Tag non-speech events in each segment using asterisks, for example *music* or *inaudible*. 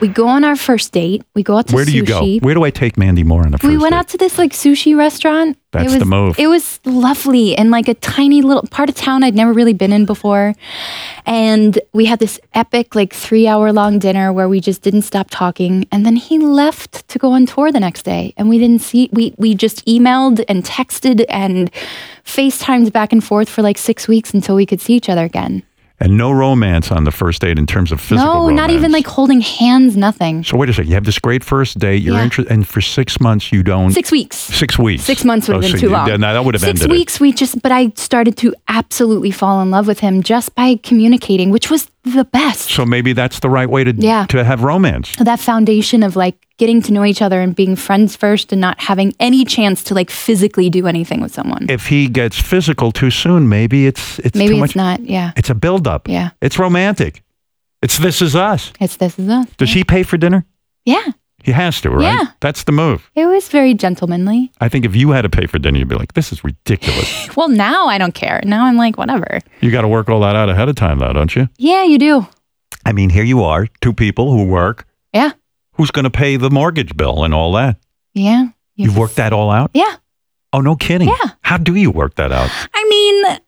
we go on our first date. We go out to Where sushi. do you go? Where do I take Mandy Moore on a first we went date? out to this like sushi restaurant. That's it was, the move. It was lovely and like a tiny little part of town I'd never really been in before. And we had this epic like three hour long dinner where we just didn't stop talking. And then he left to go on tour the next day. And we didn't see we we just emailed and texted and FaceTimed back and forth for like six weeks until we could see each other again. and no romance on the first date in terms of physical no, not even romance. like holding hands, nothing. So wait a second. You have this great first date. You're Yeah. interested, and for six months you don't. Six weeks. Six weeks. Six months would have Oh, been so too you- long. yeah, no, that would have Six ended it. weeks, we just, but I started to absolutely fall in love with him just by communicating, which was the best. So maybe that's the right way to Yeah. to have romance. that foundation of like getting to know each other and being friends first and not having any chance to like physically do anything with someone. If he gets physical too soon, maybe it's it's Maybe too it's much. not. Yeah. It's a buildup. Yeah. It's romantic. It's this is us. It's this is us. Does he pay for dinner? Yeah. He has to, right? Yeah. That's the move. It was very gentlemanly. I think if you had to pay for dinner, you'd be like, "This is ridiculous." Well, now I don't care. Now I'm like, whatever. you got to work all that out ahead of time, though, don't you? Yeah, you do. I mean, here you are, two people who work. Yeah. Who's going to pay the mortgage bill and all that? Yeah. You have just- worked that all out? Yeah. Oh, no kidding. Yeah. How do you work that *laughs* out? I mean,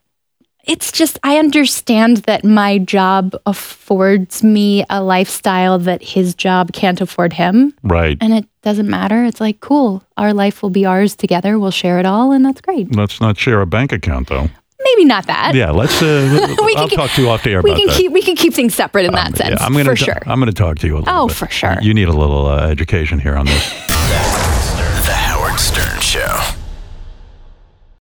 it's just, I understand that my job affords me a lifestyle that his job can't afford him. Right. And it doesn't matter. It's like, cool, our life will be ours together. We'll share it all. And that's great. Let's not share a bank account, though. Maybe not that. Yeah, let's. Uh, *laughs* We can I'll keep- talk to you off the air we about can that. Um, keep we can keep things separate in that Yeah, sense. I'm gonna for ta- sure. I'm going to talk to you a little Oh, bit. for sure. You need a little uh, education here on this. The Howard Stern Show.